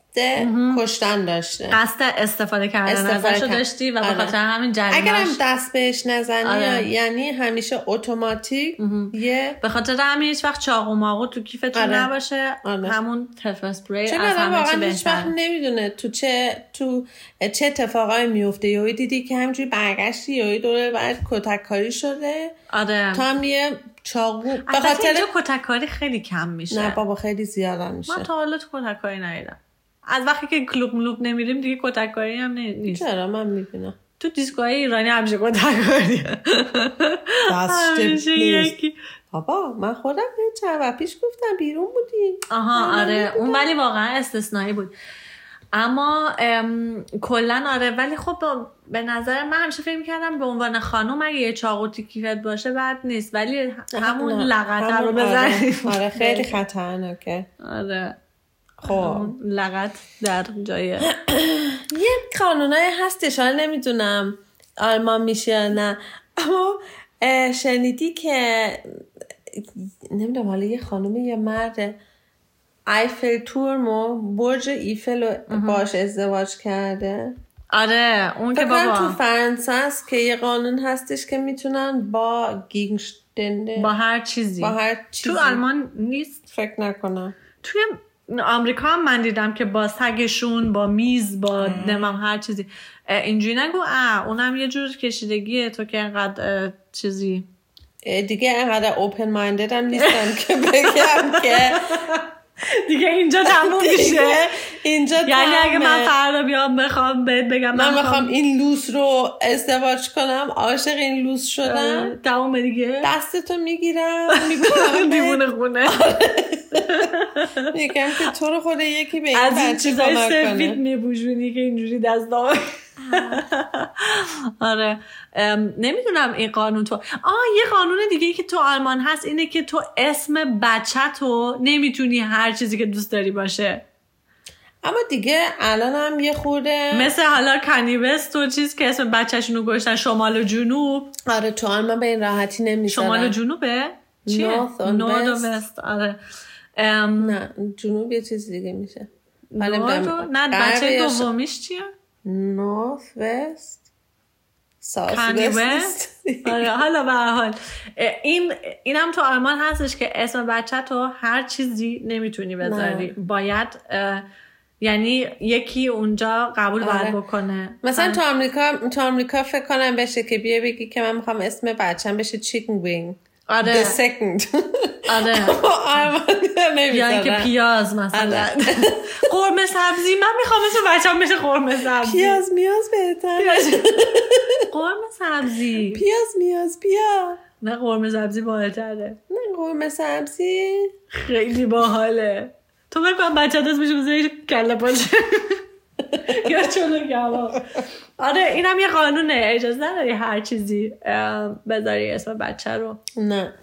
Speaker 2: کشتن داشته
Speaker 1: قصد استفاده کردن
Speaker 2: استفاده
Speaker 1: ازش رو
Speaker 2: کرد.
Speaker 1: داشتی و به
Speaker 2: آره.
Speaker 1: خاطر همین
Speaker 2: اگر هم
Speaker 1: جریمش
Speaker 2: دست بهش نزنی
Speaker 1: آره.
Speaker 2: یعنی همیشه اتوماتیک یه
Speaker 1: به خاطر همین هیچ وقت چاقو ماقو تو کیفتون
Speaker 2: آره.
Speaker 1: نباشه
Speaker 2: آره.
Speaker 1: همون تفل اسپری
Speaker 2: چون
Speaker 1: از
Speaker 2: آدم
Speaker 1: همه چی
Speaker 2: واقعا هیچ وقت
Speaker 1: بهتره
Speaker 2: نمیدونه تو چه تو چه اتفاقایی میفته یهو دیدی که همجوری برگشتی یهو دوره بعد کتک کاری شده
Speaker 1: آره
Speaker 2: تا هم یه چاقو به
Speaker 1: البته
Speaker 2: خاطر
Speaker 1: اینجا کتککاری خیلی کم میشه
Speaker 2: نه بابا خیلی زیادم میشه
Speaker 1: من تا حالا تو کتککاری ندیدم از وقتی که کلوب ملوب نمیریم دیگه کتککاری هم نی- نیست
Speaker 2: چرا من میبینم
Speaker 1: تو دیسکوهای ایرانی همیشه کتککاری همیشه یکی
Speaker 2: بابا من خودم یه چند وقت پیش گفتم بیرون بودی
Speaker 1: آها آره اون ولی واقعا استثنایی بود اما ام، کلا آره ولی خب با- به نظر من همیشه فکر کردم به عنوان خانم اگه یه چاقو تو کیفت باشه بد نیست ولی همون
Speaker 2: نه،
Speaker 1: لغت
Speaker 2: همون
Speaker 1: رو بزنیم
Speaker 2: آره, آره خیلی خطرناکه
Speaker 1: آره
Speaker 2: خب
Speaker 1: همون لغت در جای
Speaker 2: یه قانونایی هستش حالا نمیدونم آلمان میشه یا نه اما اه، شنیدی که نمیدونم حالا یه خانم یا مرد ایفل تورمو برج ایفل رو باش ازدواج کرده
Speaker 1: آره اون که
Speaker 2: فکر کنم تو
Speaker 1: بابا
Speaker 2: فرانسه است که یه قانون هستش که میتونن با گینگشتنده
Speaker 1: با هر چیزی
Speaker 2: با هر چیزی
Speaker 1: تو آلمان نیست
Speaker 2: فکر نکنم
Speaker 1: توی آمریکا هم من دیدم که با سگشون با میز با نمم هر چیزی اه، اینجوری نگو اه اونم یه جور کشیدگیه تو که انقدر اه، چیزی
Speaker 2: اه، دیگه انقدر اوپن مایندد هم نیستم که بگم که
Speaker 1: دیگه اینجا تموم میشه
Speaker 2: دیگه اینجا
Speaker 1: یعنی اگه من
Speaker 2: تمه.
Speaker 1: فردا بیام بخوام بهت بگم
Speaker 2: من میخوام این لوس رو ازدواج کنم عاشق این لوس شدم
Speaker 1: تموم دیگه
Speaker 2: دستتو میگیرم میگم
Speaker 1: دیوونه خونه
Speaker 2: میگم که تو رو خود یکی به این
Speaker 1: از این
Speaker 2: بچه
Speaker 1: چیزای
Speaker 2: کمک
Speaker 1: سفید
Speaker 2: کنه
Speaker 1: میبوشونی که اینجوری دست دامن. آره ام، نمیدونم این قانون تو آه یه قانون دیگه که تو آلمان هست اینه که تو اسم بچه تو نمیتونی هر چیزی که دوست داری باشه
Speaker 2: اما دیگه الان هم یه خورده
Speaker 1: مثل حالا کنیوست و چیز که اسم بچهشون رو گذاشتن شمال و جنوب
Speaker 2: آره تو آلمان به این راحتی نمیشن
Speaker 1: شمال و جنوبه چیه؟
Speaker 2: North and
Speaker 1: نورد و
Speaker 2: West.
Speaker 1: وست آره ام،
Speaker 2: نه جنوب یه چیز دیگه میشه حالا
Speaker 1: نورد
Speaker 2: نمی‌دونم.
Speaker 1: و- نه
Speaker 2: غرب
Speaker 1: بچه
Speaker 2: یا ش-
Speaker 1: دومیش چیه؟
Speaker 2: نورث وست ساوث
Speaker 1: کانی
Speaker 2: وست.
Speaker 1: وست آره حالا به هر حال اه، این اینم تو آلمان هستش که اسم بچه تو هر چیزی نمیتونی بذاری باید اه، یعنی یکی اونجا قبول
Speaker 2: آره.
Speaker 1: باید بکنه
Speaker 2: مثلا تو آمریکا تو آمریکا فکر کنم بشه که بیا بگی که من میخوام اسم بچم بشه چیکن وینگ
Speaker 1: آره.
Speaker 2: The second
Speaker 1: آره
Speaker 2: خب،
Speaker 1: یا اینکه آره.
Speaker 2: آره
Speaker 1: پیاز مثلا قرمه سبزی من میخوام مثل بچه بشه قرمه سبزی
Speaker 2: پیاز میاز بهتر
Speaker 1: قرمه سبزی
Speaker 2: پیاز میاز بیا
Speaker 1: نه قرمه سبزی بالتره
Speaker 2: نه قرمه سبزی
Speaker 1: خیلی باحاله تو بکن بچه دست میشه بزنی کله پاچه یا چلو گوا آره اینم یه قانونه اجازه نداری هر چیزی ام، بذاری اسم بچه رو
Speaker 2: نه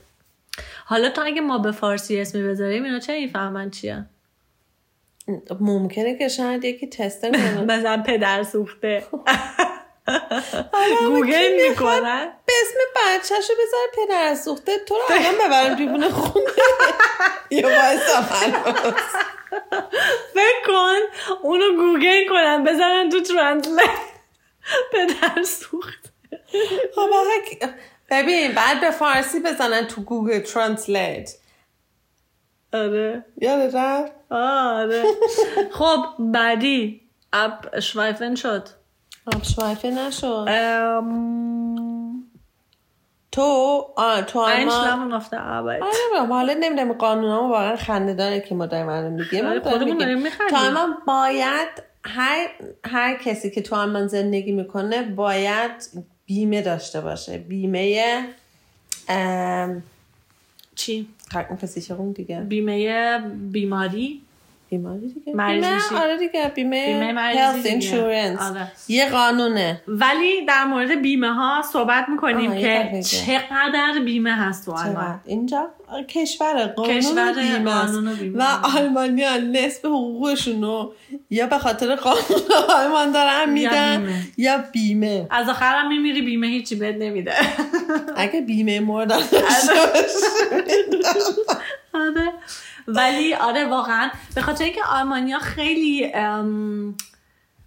Speaker 1: حالا تا اگه ما به فارسی اسمی بذاریم اینا چه میفهمن چیه
Speaker 2: ممکنه که شاید یکی تست کنه
Speaker 1: مثلا پدر سوخته
Speaker 2: آره، اما کی
Speaker 1: گوگل
Speaker 2: می‌خواد
Speaker 1: میکنن
Speaker 2: به اسم بچهشو بذار پدر از سوخته تو رو الان ببرم دیوونه خونه یا وایسا من
Speaker 1: فکر کن اونو گوگل کنن بزنن تو ترنسلیت پدر سوخته
Speaker 2: خب آقا کی- ببین بعد به فارسی بزنن تو گوگل ترنسلیت
Speaker 1: آره
Speaker 2: یاد رفت
Speaker 1: آره خب بعدی اب شوایفن شد
Speaker 2: آبشوایفه نشد
Speaker 1: ام،
Speaker 2: تو آه تو
Speaker 1: Ein
Speaker 2: آلمان
Speaker 1: Schlamm auf der Arbeit.
Speaker 2: آره نمی‌دونم. حالا نمیدونم قانونا واقعا خنده داره که ما داریم الان میگیم
Speaker 1: آره،
Speaker 2: ما داریم
Speaker 1: خودمون داریم
Speaker 2: میگیم.
Speaker 1: می‌خندیم.
Speaker 2: تو آلمان باید هر هر کسی که تو آلمان زندگی میکنه باید بیمه داشته باشه بیمه ام،
Speaker 1: چی؟
Speaker 2: Krankenversicherung دیگه
Speaker 1: بیمه بیماری
Speaker 2: بیماری دیگه
Speaker 1: مریض
Speaker 2: بیمه
Speaker 1: میشی.
Speaker 2: آره دیگه بیمه,
Speaker 1: بیمه مریضی
Speaker 2: health
Speaker 1: دیگه.
Speaker 2: insurance
Speaker 1: آره.
Speaker 2: یه قانونه
Speaker 1: ولی در مورد بیمه ها صحبت میکنیم
Speaker 2: آه، یه دفعه
Speaker 1: که
Speaker 2: بگو.
Speaker 1: چقدر بیمه هست تو
Speaker 2: چقدر؟
Speaker 1: آلمان
Speaker 2: اینجا آره، کشور قانون
Speaker 1: کشور
Speaker 2: و بیمه است.
Speaker 1: قانون و بیمه.
Speaker 2: و آلمانی ها نصف حقوقشون رو یا به خاطر قانون آلمان دارن میدن
Speaker 1: بیمه.
Speaker 2: یا بیمه
Speaker 1: از آخرم میمیری بیمه هیچی بهت نمیده
Speaker 2: اگه بیمه مردن داشته باشی.
Speaker 1: آره ولی آره واقعا به خاطر اینکه آلمانیا خیلی ام،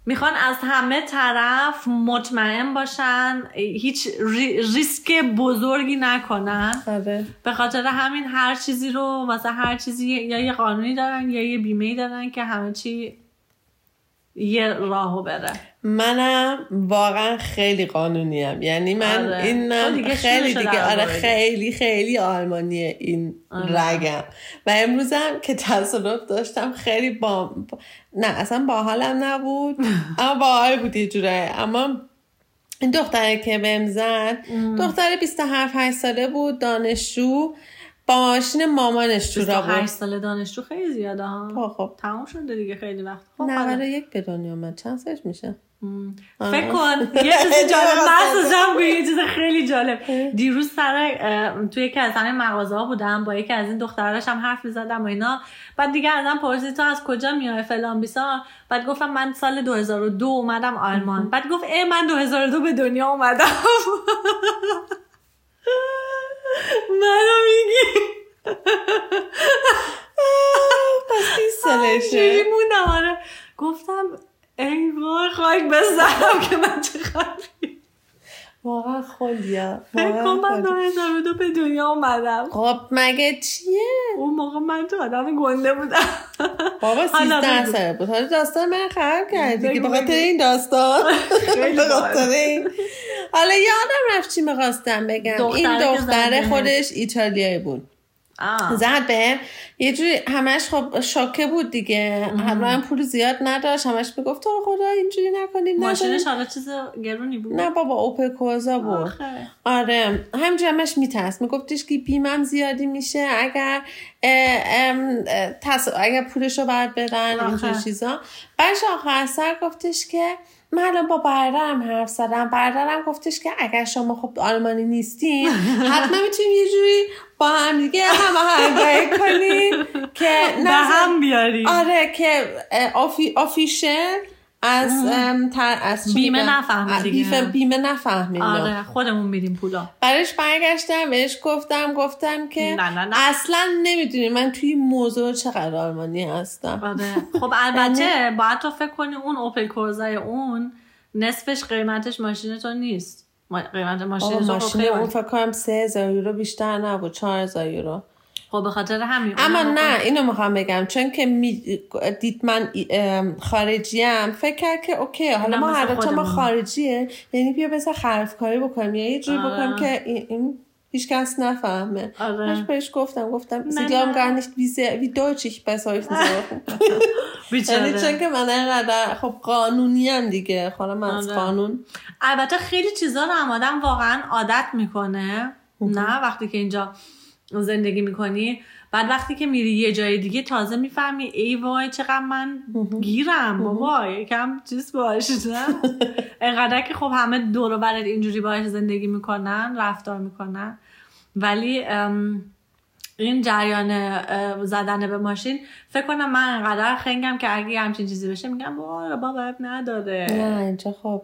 Speaker 1: میخوان از همه طرف مطمئن باشن هیچ ری- ریسک بزرگی نکنن
Speaker 2: آره
Speaker 1: به خاطر همین هر چیزی رو مثلا هر چیزی یا یه قانونی دارن یا یه بیمه دارن که همه چی یه راهو بره
Speaker 2: منم واقعا خیلی قانونیم یعنی من
Speaker 1: آره.
Speaker 2: اینم
Speaker 1: تو دیگه
Speaker 2: خیلی
Speaker 1: شروع شده
Speaker 2: دیگه آره
Speaker 1: آلمانی. آره.
Speaker 2: خیلی خیلی آلمانیه این رگم و امروزم که تصادف داشتم خیلی با نه اصلا با حالم نبود اما با حال بود یه جورایی اما این دختره که بهم زد دختر 27 8 ساله بود دانشجو با ماشین مامانش تو را
Speaker 1: 28
Speaker 2: بود
Speaker 1: سال دانشجو خیلی زیاده ها
Speaker 2: آه، خب
Speaker 1: تموم شده دیگه خیلی وقت خب، حالا.
Speaker 2: 91 به دنیا آمد چند سالش میشه
Speaker 1: فکر کن یه چیز جالب مغزشم بود یه چیز خیلی جالب دیروز سر اه، توی یکی از همین مغازه ها بودم با یکی از این دخترهاش هم حرف میزدم و اینا بعد دیگه ازم پرسید تو از کجا میای فلان بیسا بعد گفتم من سال 2002 اومدم آلمان بعد گفت ای من 2002 به دنیا اومدم منو میگی
Speaker 2: پس 30 سالشه
Speaker 1: چجوری موندم آره گفتم ای وای خاک بزنم که من چقدر
Speaker 2: واقعا خلیا
Speaker 1: فکر
Speaker 2: واقعا
Speaker 1: کن من
Speaker 2: خلیا.
Speaker 1: 2002 به دنیا اومدم
Speaker 2: خب مگه چیه
Speaker 1: اون موقع من تو آدم گنده بودم
Speaker 2: بابا
Speaker 1: حالا
Speaker 2: 13
Speaker 1: بگو.
Speaker 2: ساله بود حالا داستان من خراب کردی که
Speaker 1: بگو،
Speaker 2: بخاطر
Speaker 1: بگو.
Speaker 2: این داستان
Speaker 1: خیلی
Speaker 2: به خاطر
Speaker 1: باحال.
Speaker 2: این حالا یادم رفت چی میخواستم بگم
Speaker 1: دختره
Speaker 2: این
Speaker 1: که
Speaker 2: دختره
Speaker 1: زنده.
Speaker 2: خودش ایتالیایی بود زد به یه جوری همش خب شاکه بود دیگه همراه هم پول زیاد نداشت همش میگفت تو رو خدا اینجوری نکنیم نکنیم
Speaker 1: ماشینش حالا چیز گرونی بود
Speaker 2: نه بابا اوپکوزا بود
Speaker 1: آخه.
Speaker 2: آره همینجور همش میترس میگفتش که بیمم زیادی میشه اگر اه، ام، اه، تص... اگر پولش رو باید بدن
Speaker 1: آخه.
Speaker 2: اینجور چیزا بعدش آخر سر گفتش که من الان با برادرم حرف زدم برادرم گفتش که اگر شما خب آلمانی نیستین حتما میتونیم یه جوری با هم دیگه همه همراهی کنیم که
Speaker 1: به
Speaker 2: نظر-
Speaker 1: هم بیاری
Speaker 2: آره که اه، آفی، آفیشل از ام، تر از چی
Speaker 1: بیمه
Speaker 2: میگن؟
Speaker 1: نفهمی
Speaker 2: از
Speaker 1: دیگه.
Speaker 2: بیمه- بیمه نفهمیم
Speaker 1: آره خودمون میدیم پولا
Speaker 2: برش برگشتم بهش گفتم گفتم که
Speaker 1: نه، نه، نه.
Speaker 2: اصلا نمیدونی من توی این موضوع چقدر آلمانی هستم
Speaker 1: آره خب
Speaker 2: یعنی-
Speaker 1: البته باید تو فکر کنی اون اوپل کورزای اون نصفش قیمتش ماشین تو نیست ما- قیمت ماشین
Speaker 2: بابا
Speaker 1: تو خب
Speaker 2: ماشین
Speaker 1: خیلی-
Speaker 2: اون فکر کنم سه هزار یورو بیشتر نبود چهار هزار یورو
Speaker 1: خب به خاطر همین
Speaker 2: اما
Speaker 1: اونم
Speaker 2: نه اینو میخوام بگم چون که می- دید من خارجیم فکر کرد که اوکی حالا
Speaker 1: نه،
Speaker 2: ما
Speaker 1: مثل
Speaker 2: هر دوتا ما
Speaker 1: خودمون.
Speaker 2: خارجیه یعنی بیا بسا خرفکاری بکنیم یا یه جوری
Speaker 1: آره.
Speaker 2: بکنیم که این, این هیچ کس نفهمه
Speaker 1: آره.
Speaker 2: آره. بهش گفتم گفتم
Speaker 1: نه،
Speaker 2: sie glauben
Speaker 1: نه.
Speaker 2: gar nicht wie sehr wie deutsch ich besser euch sage."
Speaker 1: بیچاره.
Speaker 2: یعنی چون که من اینقدر خب قانونی هم دیگه حالا من از
Speaker 1: آره.
Speaker 2: قانون
Speaker 1: البته خیلی چیزا رو هم آدم واقعا عادت میکنه نه وقتی که اینجا زندگی میکنی بعد وقتی که میری یه جای دیگه تازه میفهمی ای وای چقدر من گیرم بابا یکم چیز باش نه انقدر که خب همه دور و برت اینجوری باش زندگی میکنن رفتار میکنن ولی ام، این جریان اه، زدن به ماشین فکر کنم من انقدر خنگم که اگه یه همچین چیزی بشه میگم وای بابا عیب نداره
Speaker 2: نه اینجا خب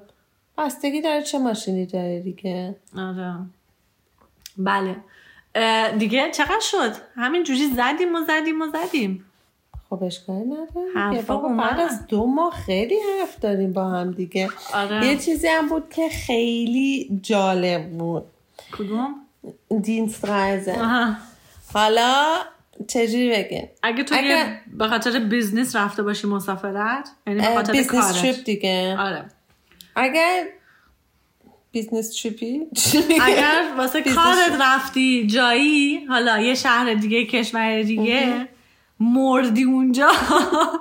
Speaker 2: بستگی داره چه ماشینی داره دیگه
Speaker 1: آره بله اه، دیگه چقدر شد همین جوری زدیم و زدیم و زدیم
Speaker 2: خب اشکالی نداره دیگه.
Speaker 1: حرفا
Speaker 2: بابا بعد
Speaker 1: اومد.
Speaker 2: از دو ماه خیلی حرف داریم با هم دیگه یه
Speaker 1: آره
Speaker 2: چیزی هم بود که خیلی جالب بود
Speaker 1: کدوم
Speaker 2: دینسترایزه
Speaker 1: آها.
Speaker 2: حالا چجوری بگم
Speaker 1: اگه تو
Speaker 2: اگه-
Speaker 1: یه به خاطر بیزنس رفته باشی مسافرت یعنی به
Speaker 2: اه،
Speaker 1: خاطر
Speaker 2: بیزنس
Speaker 1: کارت
Speaker 2: تریپ دیگه
Speaker 1: آره
Speaker 2: اگر بیزنس تریپی
Speaker 1: اگر واسه
Speaker 2: بیزنس-
Speaker 1: کارت رفتی جایی حالا یه شهر دیگه کشور دیگه مردی اونجا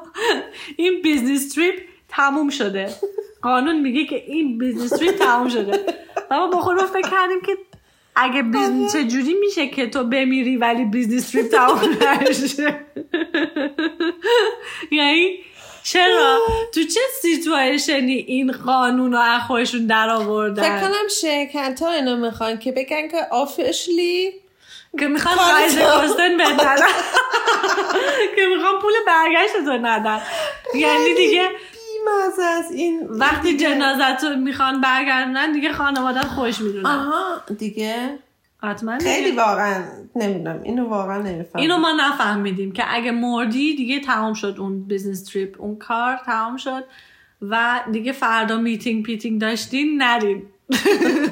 Speaker 1: این بیزنس تریپ تموم شده قانون میگه که این بیزنس تریپ تموم شده و ما با خودمون فکر کردیم که اگه بیزنس چجوری میشه که تو بمیری ولی بیزنس تریپ تموم نشه یعنی چرا تو چه سیتوایشنی این قانون رو از خودشون در آوردن
Speaker 2: فکر کنم شرکت ها اینو میخوان که بگن که آفیشلی
Speaker 1: که میخوان
Speaker 2: کارتو-
Speaker 1: قرض کوستن بهت ندن که میخوان پول برگشت تو ندن یعنی دیگه
Speaker 2: بیمزه از این
Speaker 1: وقتی جنازت رو میخوان برگردونن دیگه خانوادت خوش میدونن
Speaker 2: آها دیگه
Speaker 1: حتما
Speaker 2: خیلی واقعا نمیدونم اینو واقعا نمیفهمم
Speaker 1: اینو ما نفهمیدیم که اگه مردی دیگه تمام شد اون بیزنس تریپ اون کار تمام شد و دیگه فردا میتینگ پیتینگ داشتین نرین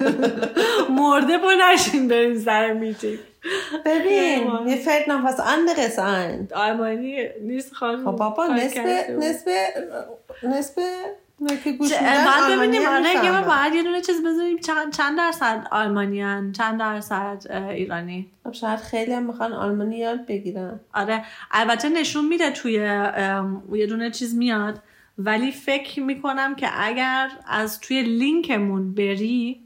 Speaker 1: مرده پا نشین بریم سر میتینگ
Speaker 2: ببین یه فکر نفس اندقه ساین
Speaker 1: آلمانی نیست خانم
Speaker 2: خب بابا نصف نصف نصف که گوش
Speaker 1: بعد ببینیم آره یه باید یه دونه چیز بذاریم چند, چند درصد آلمانی هن. چند درصد ایرانی
Speaker 2: خب شاید خیلی هم میخوان آلمانی یاد بگیرن
Speaker 1: آره البته نشون میده توی یه دونه چیز میاد ولی فکر میکنم که اگر از توی لینکمون بری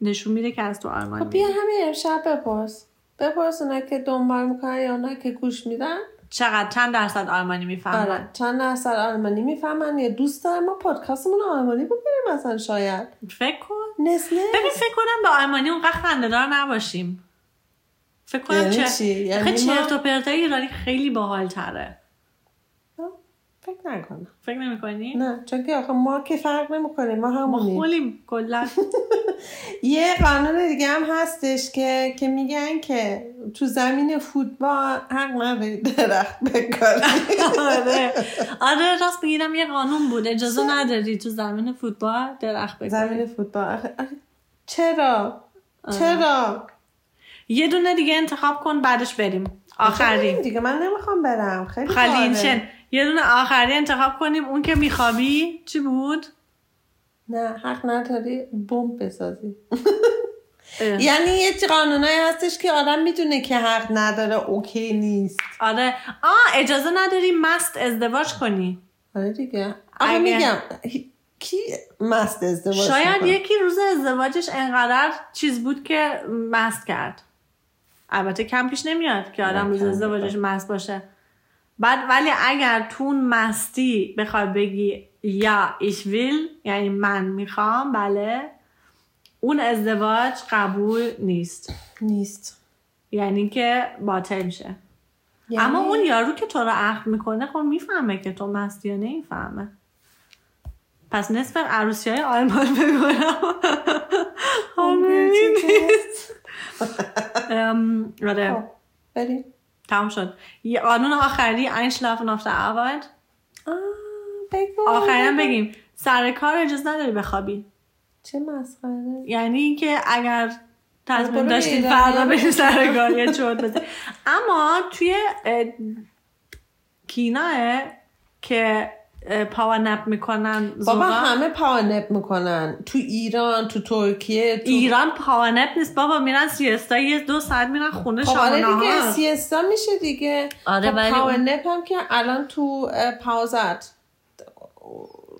Speaker 1: نشون میده که از تو آلمانی
Speaker 2: خب بیا همین امشب بپرس بپرس اونا که دنبال میکنن یا اونا که گوش میدن
Speaker 1: چقدر چند درصد آلمانی میفهمن
Speaker 2: آره. چند درصد آلمانی میفهمن یا دوست دارن ما پادکستمون آلمانی بکنیم مثلا شاید
Speaker 1: فکر کن
Speaker 2: نسله
Speaker 1: ببین فکر کنم به آلمانی اونقدر خندهدار نباشیم فکر کنم
Speaker 2: یعنی
Speaker 1: چه
Speaker 2: چی؟ یعنی
Speaker 1: آخه
Speaker 2: ما-
Speaker 1: چرت و پرتای ایرانی خیلی باحال تره
Speaker 2: فکر نکنم
Speaker 1: فکر نمیکنی
Speaker 2: نه چون که آخه ما که فرق نمیکنه ما
Speaker 1: ما
Speaker 2: همونیم
Speaker 1: خولیم کلا
Speaker 2: یه قانون دیگه هم هستش که که میگن که تو زمین فوتبال حق ندارید درخت بکنید
Speaker 1: آره آره راست میگیرم یه قانون بود اجازه نداری تو زمین فوتبال درخت بکنی
Speaker 2: زمین فوتبال آخه- آخه چرا
Speaker 1: آره.
Speaker 2: چرا
Speaker 1: یه دونه دیگه انتخاب کن بعدش بریم آخری
Speaker 2: بریم دیگه من نمیخوام برم خیلی
Speaker 1: خالی
Speaker 2: کاره.
Speaker 1: چن یه دونه آخری انتخاب کنیم اون که میخوابی چی بود
Speaker 2: نه حق نداری بمب بسازی
Speaker 1: اه.
Speaker 2: یعنی یه چی قانونایی هستش که آدم میدونه که حق نداره اوکی نیست
Speaker 1: آره آ اجازه نداری مست ازدواج کنی
Speaker 2: آره دیگه آخه
Speaker 1: اگه-
Speaker 2: میگم کی مست ازدواج
Speaker 1: شاید
Speaker 2: می‌کنه؟
Speaker 1: یکی روز ازدواجش انقدر چیز بود که مست کرد البته کم پیش نمیاد که آدم
Speaker 2: نه،
Speaker 1: روز
Speaker 2: کم
Speaker 1: ازدواجش مست باشه بعد ولی اگر تو اون مستی بخوای بگی یا ایش ویل یعنی من میخوام بله اون ازدواج قبول نیست
Speaker 2: نیست
Speaker 1: یعنی که باطل میشه
Speaker 2: یعنی-
Speaker 1: اما اون یارو که تو رو عقد میکنه خب میفهمه که تو مستی یا نمیفهمه پس نصف عروسی های آلمان آره، بگونم
Speaker 2: آمریکی نیست.
Speaker 1: ام،
Speaker 2: خب،
Speaker 1: آره
Speaker 2: بریم
Speaker 1: تمام شد یه قانون آخری اینشلاف نافت اول
Speaker 2: آه، بگو.
Speaker 1: آخرین بگیم سر کار اجازه نداری بخوابی
Speaker 2: چه مسخره
Speaker 1: یعنی اینکه اگر تصمیم
Speaker 2: برو
Speaker 1: داشتین
Speaker 2: ایران.
Speaker 1: فردا بریم سر کار یه چرت بزنیم. اما توی اه، کیناه که اه، پاور نپ میکنن
Speaker 2: بابا
Speaker 1: زورا.
Speaker 2: همه پاونپ میکنن تو ایران تو ترکیه تو
Speaker 1: ایران پاور نپ نیست بابا میرن سیستا یه دو ساعت میرن خونه
Speaker 2: خب آره
Speaker 1: شام
Speaker 2: دیگه
Speaker 1: دیگه
Speaker 2: سیستا میشه دیگه
Speaker 1: آره،
Speaker 2: خب
Speaker 1: ولی اون-
Speaker 2: پاونپ هم که الان تو اه، پازت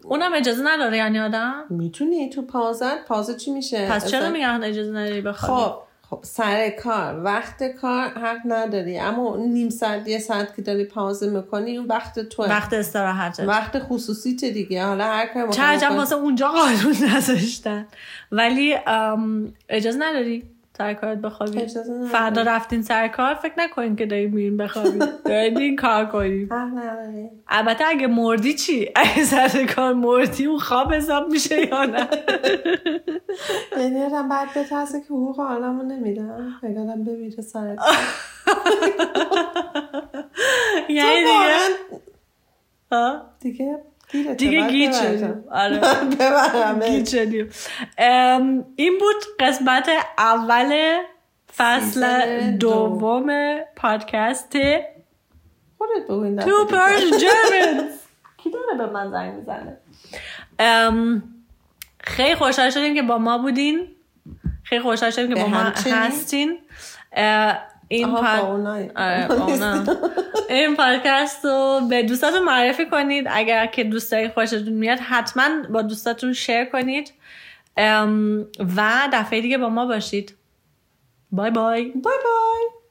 Speaker 1: اونم اجازه نداره یعنی آدم
Speaker 2: میتونی تو پازت پازه چی میشه
Speaker 1: پس چرا
Speaker 2: اصلا-
Speaker 1: میگن اجازه نداری بخوابی
Speaker 2: خب خب سر کار وقت کار حق نداری اما اون نیم ساعت یه ساعت که داری پازه میکنی اون وقت تو
Speaker 1: وقت استراحته
Speaker 2: وقت خصوصیته دیگه حالا هر کاری می‌خوای
Speaker 1: چرا
Speaker 2: بکنی.
Speaker 1: واسه اونجا قانون نذاشتن ولی ام، اجازه نداری سر کارت بخوابی
Speaker 2: اجازه نداری.
Speaker 1: فردا رفتین سر کار فکر نکنین که دارین میرین بخوابی دارین میرین کار کنیم
Speaker 2: حق نداری
Speaker 1: البته اگه مردی چی اگه سر کار مردی اون خواب حساب میشه یا نه
Speaker 2: یعنی آدم باید بترسه که حقوق آدم رو نمیدم اگه آدم بمیره سر کار.
Speaker 1: یعنی دیگه
Speaker 2: واقعاً
Speaker 1: ها؟
Speaker 2: دیگه گیرته.
Speaker 1: دیگه
Speaker 2: باید
Speaker 1: گیت
Speaker 2: ببرم.
Speaker 1: شدیم آره
Speaker 2: ببرمت.
Speaker 1: گیت شدیم ام، این بود قسمت اول فصل
Speaker 2: سیزن دو.
Speaker 1: دوم پادکست
Speaker 2: خودت بگو این
Speaker 1: Two
Speaker 2: دفعه.
Speaker 1: Persian Germans کی داره به من زنگ میزنه خیلی خوشحال شدیم که با ما بودین خیلی خوشحال شدیم که با
Speaker 2: به
Speaker 1: ما
Speaker 2: همچنین.
Speaker 1: هستین اه، این
Speaker 2: آها،
Speaker 1: پاد-
Speaker 2: با اونایی.
Speaker 1: آره، با اونا. این پادکست رو به دوستاتون معرفی کنید اگر که دوستایی خوشتون میاد حتما با دوستاتون شیر کنید ام، و دفعه دیگه با ما باشید بای بای
Speaker 2: بای بای